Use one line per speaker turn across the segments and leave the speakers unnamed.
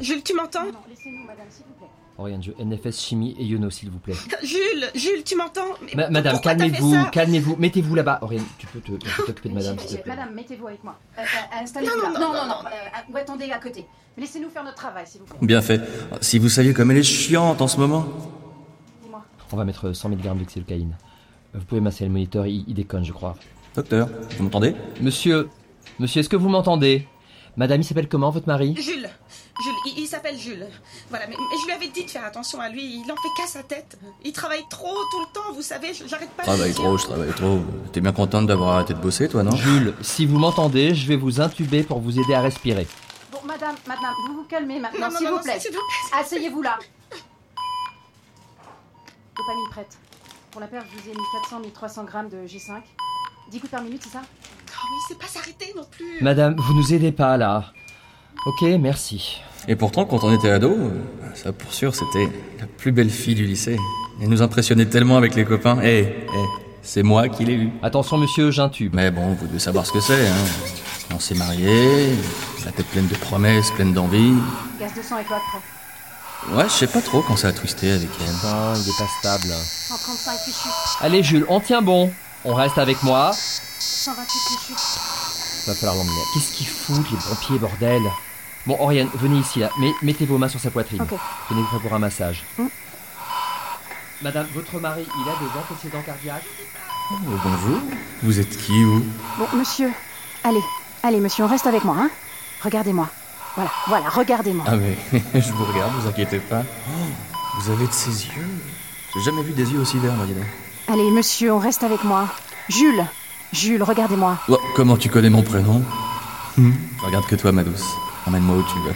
Jules, tu m'entends
Oriane, je NFS Chimie et Yono, s'il vous plaît.
Jules, Jules, tu m'entends Mais
Ma- madame,
pourquoi t'as fait
calmez-vous,
ça Ah,
calmez-vous. Mettez-vous là-bas. Oriane, tu peux te- tu peux t'occuper de madame, s'il te plaît.
Madame, mettez-vous avec moi. Euh, euh, Installez-vous
Non, non,
là.
non,
non,
non,
euh, ou attendez à côté. Mais Laissez-nous faire notre travail, s'il vous plaît.
Bien fait. Si vous saviez comme elle est chiante en ce moment.
On va mettre 100 mg d'oxylocaïne. Euh, Vous pouvez masser le moniteur, il, il déconne, je crois.
Docteur, vous m'entendez
Monsieur, monsieur, est-ce que vous m'entendez Madame, il s'appelle comment, votre mari
Jules, Jules, il, il s'appelle Jules. Voilà, mais, mais je lui avais dit de faire attention à lui, il en fait qu'à sa tête. Il travaille trop tout le temps, vous savez, je- j'arrête pas de
Travaille
lui dire.
trop, je travaille trop. T'es bien contente d'avoir arrêté de bosser, toi, non
Jules, si vous m'entendez, je vais vous intuber pour vous aider à respirer.
Bon, madame, madame, vous vous calmez
Non,
maintenant,
non,
s'il
non,
vous
non,
plaît.
s'il vous plaît.
Asseyez-vous là. Dopamine prête. Pour la perte, je vous ai mis 400, 1300 grammes de G5. 10 coups par minute, c'est ça
Oh, mais il sait pas s'arrêter non plus.
Madame, vous nous aidez pas, là. Ok, merci.
Et pourtant, quand on était ado, euh, ça pour sûr, c'était la plus belle fille du lycée. Elle nous impressionnait tellement avec les copains. Eh, eh, c'est moi qui l'ai vue.
Attention, monsieur, j'intube.
Mais bon, vous devez savoir ce que c'est, hein. On s'est mariés, la tête pleine de promesses, pleine d'envie.
Gaz de sang et cloître prêt.
Ouais, je sais pas trop quand ça a twisté avec elle.
Putain, Ah, il est pas stable.
135 fichus,
Allez, Jules, on tient bon. On reste avec moi.
128 fichus.
Va falloir l'emmener. Qu'est-ce qu'ils foutent, les pompiers, bordel Bon, Oriane, venez ici, là. Mais mettez vos mains sur sa poitrine.
Ok.
Tenez prêt pour un massage. Madame, votre mari, il a des antécédents cardiaques
Oh, bonjour. Vous êtes qui, vous
Bon, monsieur, allez, allez, monsieur, on reste avec moi, hein Regardez-moi. Voilà, voilà, regardez-moi.
Ah mais je vous regarde, vous inquiétez pas. Oh, vous avez de ces yeux. J'ai jamais vu des yeux aussi verts, moi, dis donc.
Allez, monsieur, on reste avec moi. Jules, Jules, regardez-moi.
Ouais, Oh, comment tu connais mon prénom Hmm, Je Regarde que toi, ma douce. Emmène-moi où tu veux.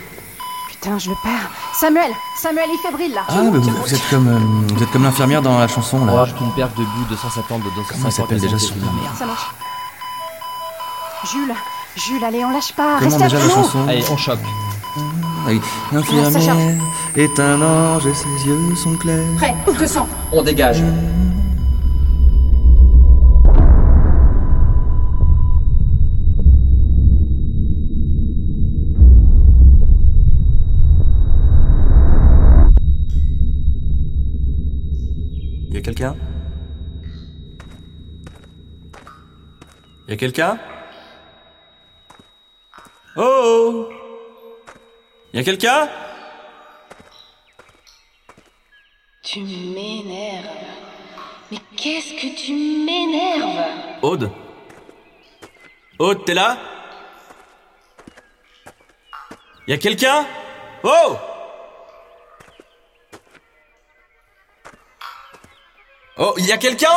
Putain, je le perds. Samuel, Samuel, il est fébrile là.
Ah, bah, vous, vous êtes comme, euh, vous êtes comme l'infirmière dans la chanson,
On
là.
rajoute une perte de but de 150 de 250.
Ah. Comment elle s'appelle déjà,
centimes.
son nom
Ça marche. Jules, Jules, allez, on lâche pas.
Comment
Reste
déjà
avec
la
nous.
chanson
Allez, on choque.
Ah oui.
Ouais, Sacha.
L'infirmière est un ange et ses yeux sont clairs.
Prêt, 200.
On dégage.
Y a quelqu'un Y a quelqu'un Oh Y a quelqu'un
Tu m'énerves. Mais qu'est-ce que tu m'énerves
Aude Aude, t'es là Y a quelqu'un Oh Oh, y a quelqu'un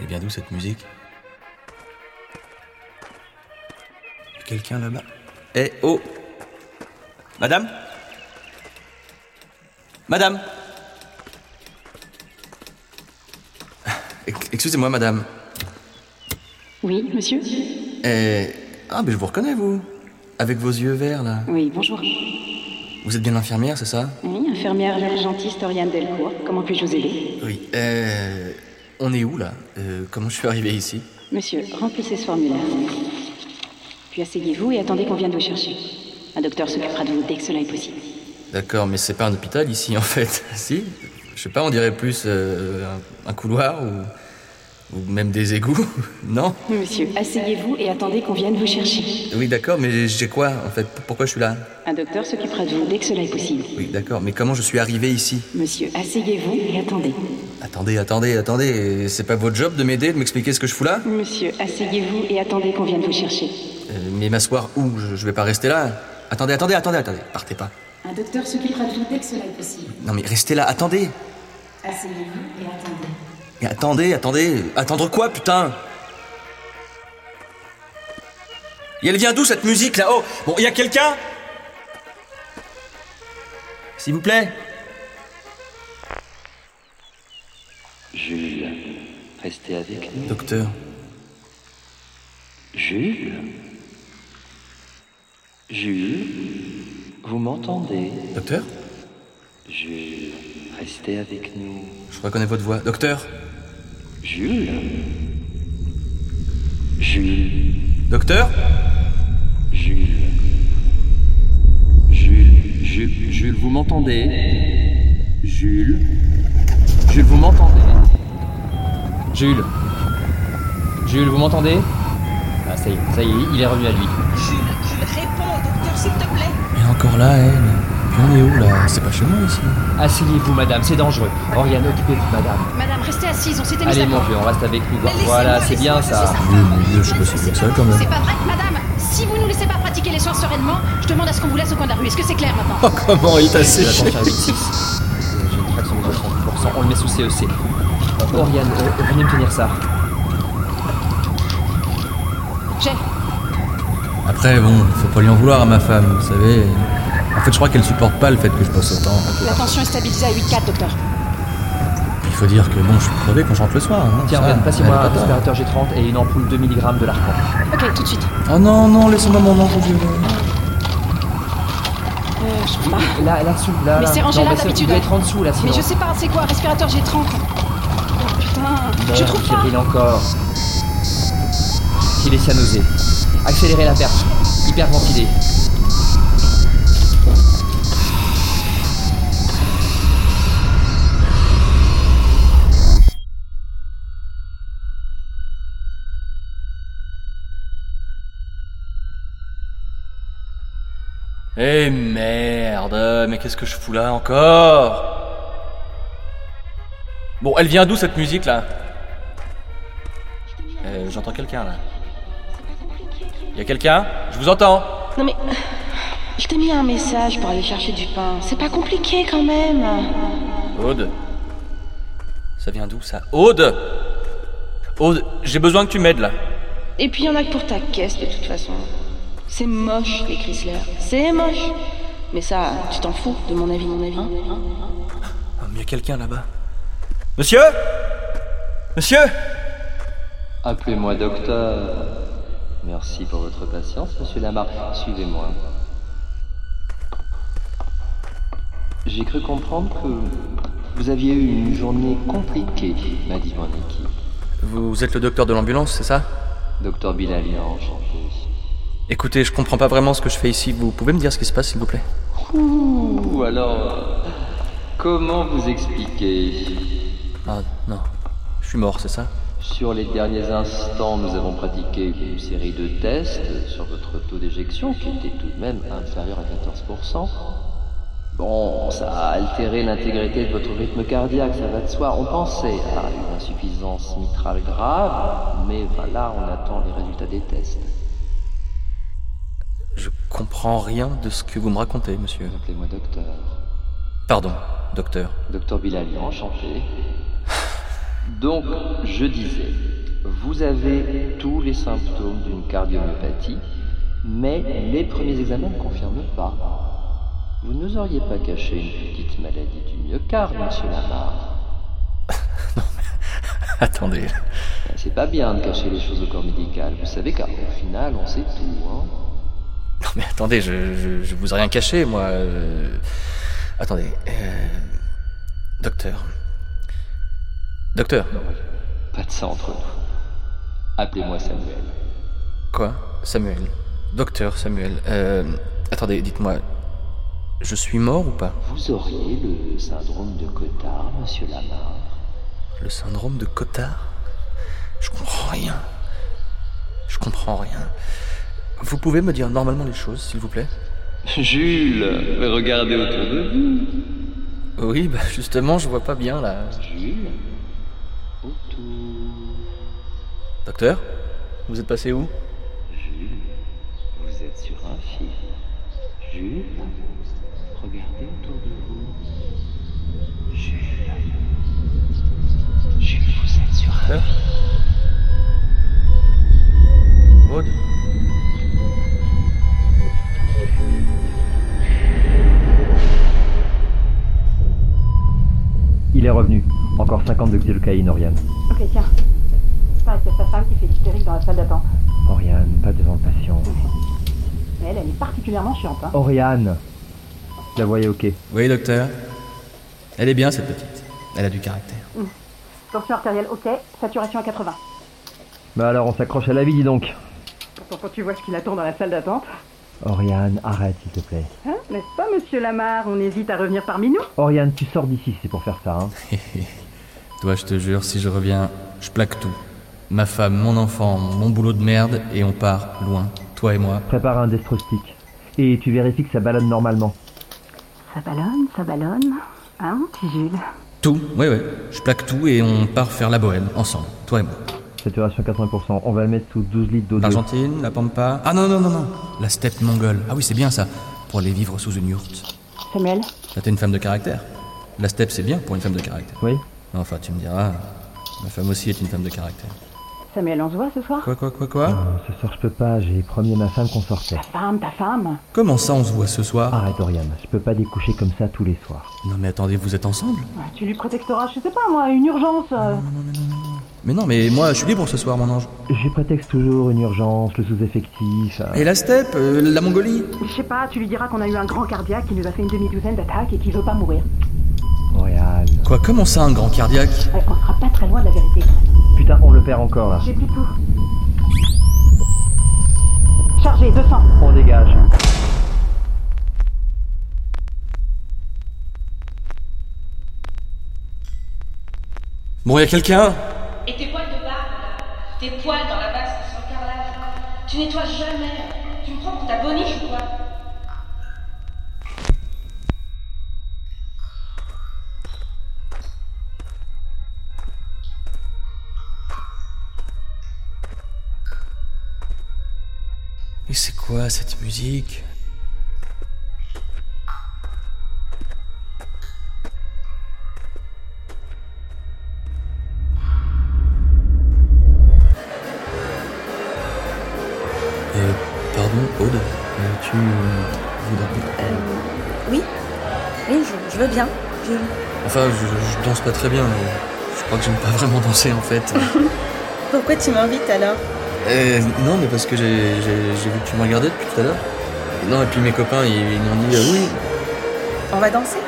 Et bien d'où cette musique Y a Quelqu'un là-bas Eh oh Madame Madame Ex- Excusez-moi, madame.
Oui, monsieur
Eh. Ah, mais je vous reconnais, vous. Avec vos yeux verts, là.
Oui, bonjour.
Vous êtes bien l'infirmière, c'est ça
Oui, infirmière urgentiste Oriane Delcourt. Comment puis-je vous aider
Eh, Oui. Euh. On est où, là Euh, Comment je suis arrivé ici
Monsieur, remplissez ce formulaire. Puis asseyez-vous et attendez qu'on vienne vous chercher. Un docteur s'occupera de vous dès que cela est possible.
D'accord, mais c'est pas un hôpital ici en fait. si Je sais pas, on dirait plus euh, un, un couloir ou, ou même des égouts. non
Monsieur, asseyez-vous et attendez qu'on vienne vous chercher.
Oui, d'accord, mais j'ai quoi en fait Pourquoi je suis là
Un docteur s'occupera de vous dès que cela est possible.
Oui, d'accord, mais comment je suis arrivé ici
Monsieur, asseyez-vous et attendez.
Attendez, attendez, attendez. C'est pas votre job de m'aider, de m'expliquer ce que je fous là
Monsieur, asseyez-vous et attendez qu'on vienne vous chercher.
Euh, Mais m'asseoir où je, je vais pas rester là. Attendez, attendez, attendez, attendez. Partez pas.
Un docteur s'occupera de vous dès que cela est possible.
Non mais restez là, attendez.
Asseyez-vous et attendez.
Mais attendez, attendez. Attendre quoi, putain Et elle vient d'où cette musique là-haut Bon, y a quelqu'un S'il vous plaît
Jules, restez avec nous.
Docteur.
Jules Jules Vous m'entendez
Docteur
Jules, restez avec nous.
Je reconnais votre voix. Docteur
Jules Jules
Docteur
Jules Jules Jules, Jules vous m'entendez Jules Jules, vous m'entendez
Jules Jules, vous m'entendez Ah, ça y est, ça y est, il est revenu à lui.
Jules, Jules, réponds au docteur, s'il te plaît.
Et encore là, elle. Puis on est où là C'est pas chez moi ici.
Asseyez-vous, madame, c'est dangereux. Oriane, occupez-vous, madame.
Madame, restez assise, on s'était mis
Allez, mon
d'accord.
vieux, on reste avec nous.
laissez-moi,
Voilà, c'est
laissez-moi,
bien ça.
laissez-moi.
Oui, mon Dieu, je sais pas si c'est ça quand
C'est pas vrai, madame Si vous nous laissez pas pratiquer les soins sereinement, je demande à ce qu'on vous laisse au coin de la rue. Est-ce que c'est clair maintenant
Comment il t'a séché
Attention, 86. J'ai une fraction de 30%. On le met sous CEC. Oriane, euh, venez me tenir ça.
J'ai.
Après, bon, faut pas lui en vouloir à ma femme, vous savez. En fait, je crois qu'elle supporte pas le fait que je passe autant.
La tension est stabilisée à 8,4, docteur.
Il faut dire que bon, je suis crevé quand je rentre le soir. hein,
Tiens,
ça,
Oriane, passez-moi
elle a
un
pas tort.
respirateur G30 et une ampoule 2 mg de l'arcan.
Ok, tout de suite.
Oh non, non, laissez-moi mon ange, je
Euh, je trouve pas.
Là, là-dessous, là.
Mais c'est rangé
Non,
là,
ça-
d'habitude. hein.
Vous êtes en dessous, là, sinon.
Mais je sais pas, c'est quoi Respirateur, j'ai 30. Oh putain, je
Merde,
trouve
qui
pas.
brille encore. Il est cyanosé. Accélérez la perte. Hyperventilé.
Eh merde, mais qu'est-ce que je fous là encore Bon, elle vient d'où cette musique là Euh, J'entends quelqu'un là. Y a quelqu'un Je vous entends
Non mais. Je t'ai mis un message pour aller chercher du pain. C'est pas compliqué quand même.
Aude Ça vient d'où ça Aude Aude, j'ai besoin que tu m'aides là.
Et puis il y en a que pour ta caisse de toute façon. C'est moche les Chrysler. C'est moche. Mais ça, tu t'en fous de mon avis, mon avis.
Oh, mais y a quelqu'un là-bas. Monsieur Monsieur
Appelez-moi docteur. Merci pour votre patience, monsieur Lamar. Suivez-moi. J'ai cru comprendre que vous aviez eu une journée compliquée, m'a dit mon équipe.
Vous êtes le docteur de l'ambulance, c'est ça
Docteur Bilalian, enchanté.
Écoutez, je comprends pas vraiment ce que je fais ici. Vous pouvez me dire ce qui se passe, s'il vous plaît
Ou alors, comment vous expliquer
Ah non. Je suis mort, c'est ça
Sur les derniers instants, nous avons pratiqué une série de tests sur votre taux d'éjection qui était tout de même inférieur à 14%. Bon, ça a altéré l'intégrité de votre rythme cardiaque, ça va de soi. On pensait à une insuffisance mitrale grave, mais voilà, on attend les résultats des tests.
Je comprends rien de ce que vous me racontez, monsieur.
Appelez-moi docteur.
Pardon, docteur.
Docteur Bilalian, enchanté. Donc, je disais, vous avez tous les symptômes d'une cardiomyopathie, mais les premiers examens ne confirment pas. Vous nous auriez pas caché une petite maladie du myocarde, monsieur Lamar.
Attendez.
Ben, C'est pas bien de cacher les choses au corps médical, vous savez, car au final, on sait tout, hein.
Non mais attendez, je, je, je vous ai rien caché, moi. euh, Attendez. euh, Docteur. Docteur.
Pas de ça entre nous.
Appelez-moi Samuel.
Quoi Samuel Docteur Samuel. Euh. Attendez, dites-moi. Je suis mort ou pas
Vous auriez le syndrome de Cotard, monsieur Lamar.
Le syndrome de Cotard Je comprends rien. Je comprends rien. Vous pouvez me dire normalement les choses, s'il vous plaît
Jules, mais regardez autour de vous.
Oui, bah justement, je vois pas bien là.
Jules, autour.
Docteur Vous êtes passé où
Jules, vous êtes sur un fil. Jules, regardez autour de vous. Jules. Jules, vous êtes sur un
Docteur Maud
Il est revenu. Encore 50 de xylocaïne, Oriane.
Ok, tiens. Putain, c'est sa femme qui fait l'hystérique dans la salle d'attente.
Oriane, pas devant le patient.
Mais elle, elle est particulièrement chiante, hein.
Oriane La voyez ok.
Oui, docteur. Elle est bien, cette petite. Elle a du caractère.
Tension artérielle, ok. Saturation à 80.
Bah alors, on s'accroche à la vie, dis donc.
Pourtant, quand tu vois ce qu'il attend dans la salle d'attente,
Oriane, arrête, s'il te plaît.
hein, n'est-ce pas, monsieur Lamar On hésite à revenir parmi nous
Oriane, tu sors d'ici, c'est pour faire ça, hein.
Toi, je te jure, si je reviens, je plaque tout. Ma femme, mon enfant, mon boulot de merde, et on part loin. Toi et moi.
Prépare un destrostick. Et tu vérifies que ça ballonne normalement.
Ça ballonne, ça ballonne. Hein, petit Jules
Tout, ouais, ouais. Je plaque tout et on part faire la bohème, ensemble. Toi et moi.
Saturation 80%. On va le mettre sous 12 litres d'eau. de-
L'Argentine, la Pampa. Ah non, non, non, non. La steppe mongole. Ah oui, c'est bien ça. Pour aller vivre sous une yourte.
Samuel
Là, t'es une femme de caractère. La steppe, c'est bien pour une femme de caractère.
Oui
Enfin, tu me diras, ma femme aussi est une femme de caractère.
Samuel, on se voit ce soir
Quoi, quoi, quoi, quoi
Ce soir, je peux pas. J'ai promis à ma femme qu'on sortait.
Femme, ta femme
Comment ça, on se voit ce soir
Arrête, Oriane. Je peux pas découcher comme ça tous les soirs.
Non, mais attendez, vous êtes ensemble
Ouais, Tu lui prétexteras, je sais pas moi, une urgence. euh.
Mais non, mais moi, je suis libre ce soir, mon ange.
Je prétexte toujours une urgence, le sous-effectif. euh.
Et la steppe, euh, la Mongolie
Je sais pas, tu lui diras qu'on a eu un grand cardiaque qui nous a fait une demi-douzaine d'attaques et qui veut pas mourir.
Oriane.
Quoi, comment ça, un grand cardiaque
Ouais, Euh, on sera pas très loin de la vérité.
Putain, on le perd encore là.
J'ai plus tout. Chargé, 200.
On dégage.
Bon, y a quelqu'un
Et tes poils de barbe, tes poils dans la basse sans carrelage, tu nettoies jamais. Tu me prends pour ta boniche ou quoi
Mais c'est quoi cette musique Euh, pardon, Aude, euh, tu euh, voudrais...
Oui Oui, je, je veux bien. Je-
Enfin, je, je- je danse pas très bien, mais je crois que j'aime pas vraiment danser en fait.
Pourquoi tu m'invites alors
Euh, non, mais parce que j'ai j'ai- j'ai vu que tu me regardais depuis tout à l'heure. Et Non, et puis mes copains, ils, ils m'ont dit euh, oui.
On va danser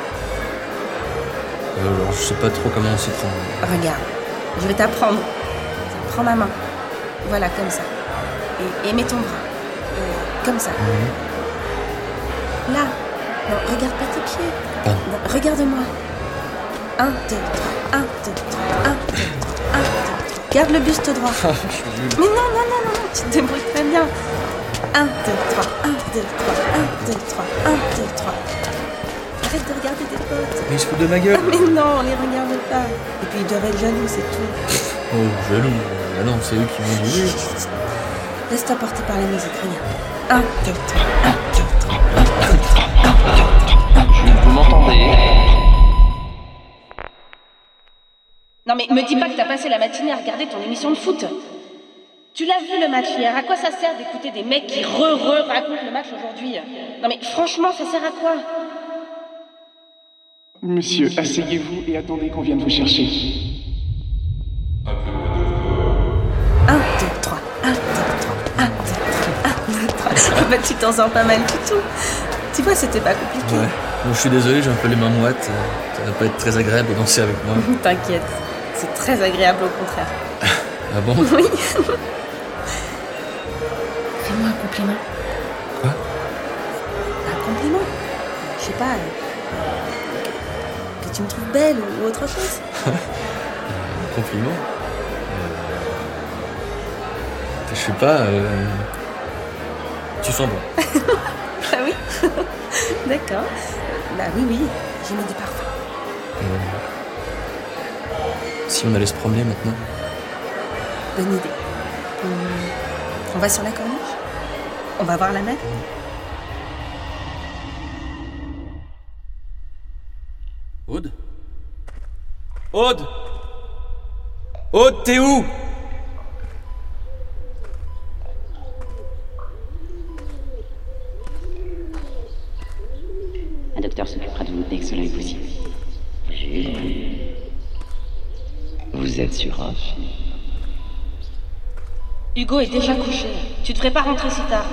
Euh, alors, je sais pas trop comment on s'y prend.
Regarde, je vais t'apprendre. Prends ma main. Voilà, comme ça. Et, et mets ton bras. Et comme ça. Là. Non, regarde pas tes pieds.
Pardon.
Non, Regarde-moi. Un, deux, trois. Un, deux, trois. Un, deux, trois. Un, deux, trois. Garde le buste droit. Mais non, non, non, non, non, tu te débrouilles très bien. 1, 2, 3, 1, 2, 3, 1, 2, 3, 1, 2 3. Arrête de regarder tes potes.
Mais ils se foutent de ma gueule
Ah, Mais non, on les regarde pas. Et puis ils doivent être jaloux, c'est tout.
Oh, jaloux. Ah non, c'est eux qui m'ont dit oui.
Laisse-toi porter par la musique,
Ah,
regarde. 1, 2, 3, 1, 2, 3.
Jules, vous m'entendez
Non mais me dis pas que t'as passé la matinée à regarder ton émission de foot. Tu l'as vu le match hier, à quoi ça sert d'écouter des mecs qui re-re racontent le match aujourd'hui Non mais franchement, ça sert à quoi
Monsieur, asseyez-vous et attendez qu'on vienne vous chercher.
1, 2, 3, 1, 2, 3, 1, 2, 3, 1, 2, 3. Bah, tu t'en sors pas mal du tout. Tu vois, c'était pas compliqué.
Ouais. Bon, je suis désolé, j'ai un peu les mains moites. Euh, Ça va pas être très agréable de danser avec moi.
T'inquiète, c'est très agréable au contraire.
Ah bon
Oui.
Fais-moi un compliment.
Quoi
Un compliment Je sais pas. euh, Que tu me trouves belle ou autre chose.
Un compliment Euh, Je sais pas. euh, Tu sens bon.
Ah oui D'accord. Bah oui, oui, j'ai mis du parfum.
Euh, Si on allait se promener maintenant
Bonne idée. Hum, On va sur la corniche On va voir la mer
Aude Aude Aude, t'es où
Un docteur s'occupera de vous dès que cela est possible.
Jules, vous êtes sur un fil.
Hugo est déjà couché. Tu devrais pas rentrer si tard.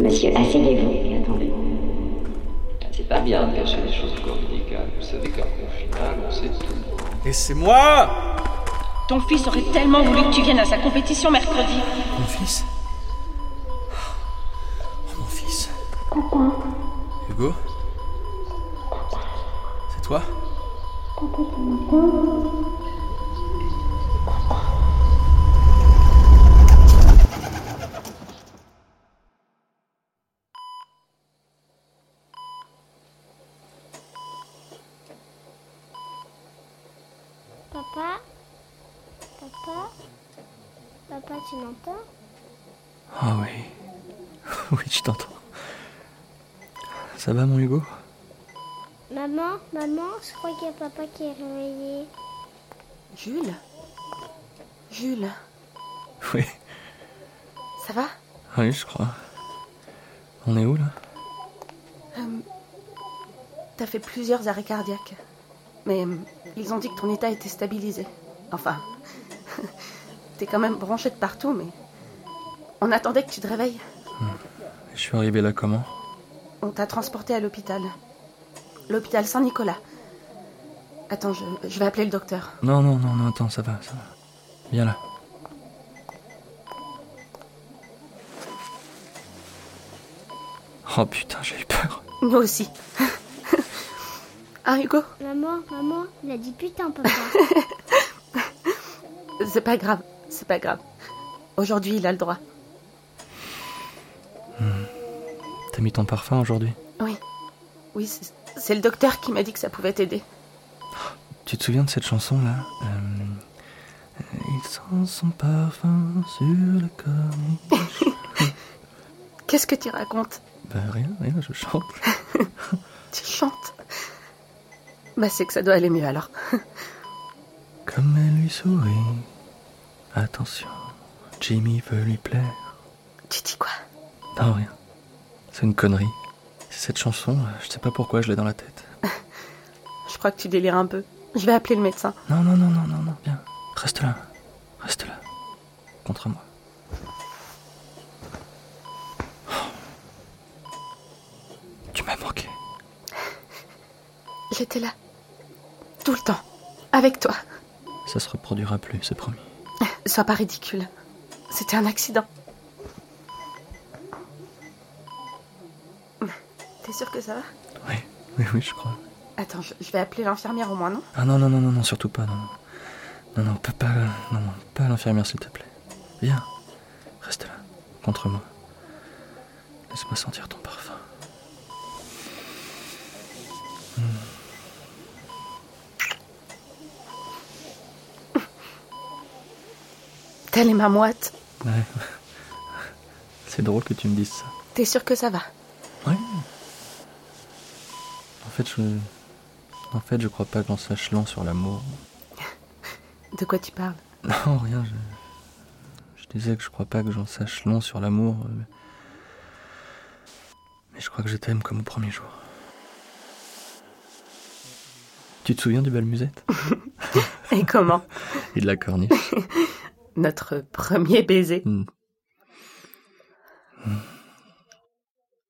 Monsieur, asseyez-vous et attendez. C'est pas bien de cacher les choses au corps médical. Vous savez qu'un confinement, on sait tout.
Laissez-moi
Ton fils aurait tellement voulu que tu viennes à sa compétition mercredi.
Mon fils Oh, mon fils. Hugo C'est toi
Papa Papa Papa, tu m'entends
Ah oui. Oui, je t'entends. Ça va, mon Hugo
Maman, maman, je crois qu'il y a papa qui est réveillé.
Jules Jules,
Oui.
ça va
Oui, je crois. On est où, là
Hum, T'as fait plusieurs arrêts cardiaques. Mais hum, ils ont dit que ton état était stabilisé. Enfin, t'es quand même branché de partout, mais on attendait que tu te réveilles.
Je suis arrivé là comment
On t'a transporté à l'hôpital. L'hôpital Saint-Nicolas. Attends, je, je vais appeler le docteur.
Non, non, non, non, attends, ça va, ça va. Viens là. Oh putain, j'ai eu peur.
Nous aussi. ah, Hugo,
Maman, maman, il a dit putain, papa.
c'est pas grave, c'est pas grave. Aujourd'hui, il a le droit.
T'as mis ton parfum aujourd'hui
Oui. Oui, c'est- c'est le docteur qui m'a dit que ça pouvait t'aider.
Tu te souviens de cette chanson là Euh, Il sent son parfum sur le corps.
Qu'est-ce que tu racontes
Bah rien, rien, je chante.
Tu chantes Bah, c'est que ça doit aller mieux alors.
Comme elle lui sourit. Attention, Jimmy veut lui plaire.
Tu dis quoi
Non, rien. C'est une connerie. Cette chanson, euh, je sais pas pourquoi je l'ai dans la tête.
Je crois que tu délires un peu. Je vais appeler le médecin.
Non, non, non, non, non, non, viens. Reste là. Reste là. Contre moi. Oh. Tu m'as manqué.
J'étais là. Tout le temps. Avec toi.
Ça se reproduira plus, c'est promis.
Sois pas ridicule. C'était un accident. T'es sûr que ça va
Oui, oui, je crois.
Attends, je, je vais appeler l'infirmière au moins, non
Ah non, non, non, non, non, surtout pas, non. Non, non, pas, pas, non, non, pas à l'infirmière, s'il te plaît. Viens. Reste là. Contre moi. Laisse-moi sentir ton parfum.
T'as les mains moites.
Ouais. C'est drôle que tu me dises ça.
T'es sûr que ça va
Ouais. En fait, je. En fait, je crois pas qu'on sache long sur l'amour.
De quoi tu parles
Non, rien, je. Je disais que je crois pas que j'en sache long sur l'amour. euh, Mais... mais je crois que je t'aime comme au premier jour. Tu te souviens du bal musette
Et comment
Et de la corniche
Notre premier baiser.
Hmm.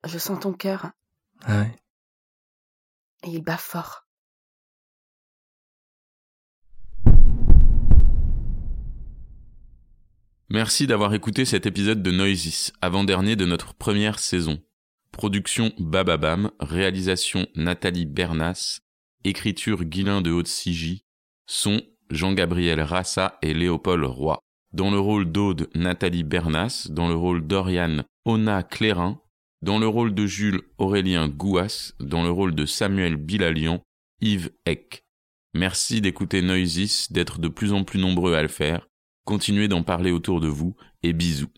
Je sens ton cœur
Ah ouais.
et il bat fort.
Merci d'avoir écouté cet épisode de Noises, avant-dernier de notre première saison. Production Bababam, réalisation Nathalie Bernas, écriture Guilain de Haute-Sigy, son Jean-Gabriel Rassa et Léopold Roy. Dans le rôle d'Aude, Nathalie Bernas, dans le rôle d'Oriane, Ona Clérin, dans le rôle de Jules, Aurélien Gouas, dans le rôle de Samuel Bilalian, Yves Eck. Merci d'écouter Noisis, d'être de plus en plus nombreux à le faire. Continuez d'en parler autour de vous et bisous.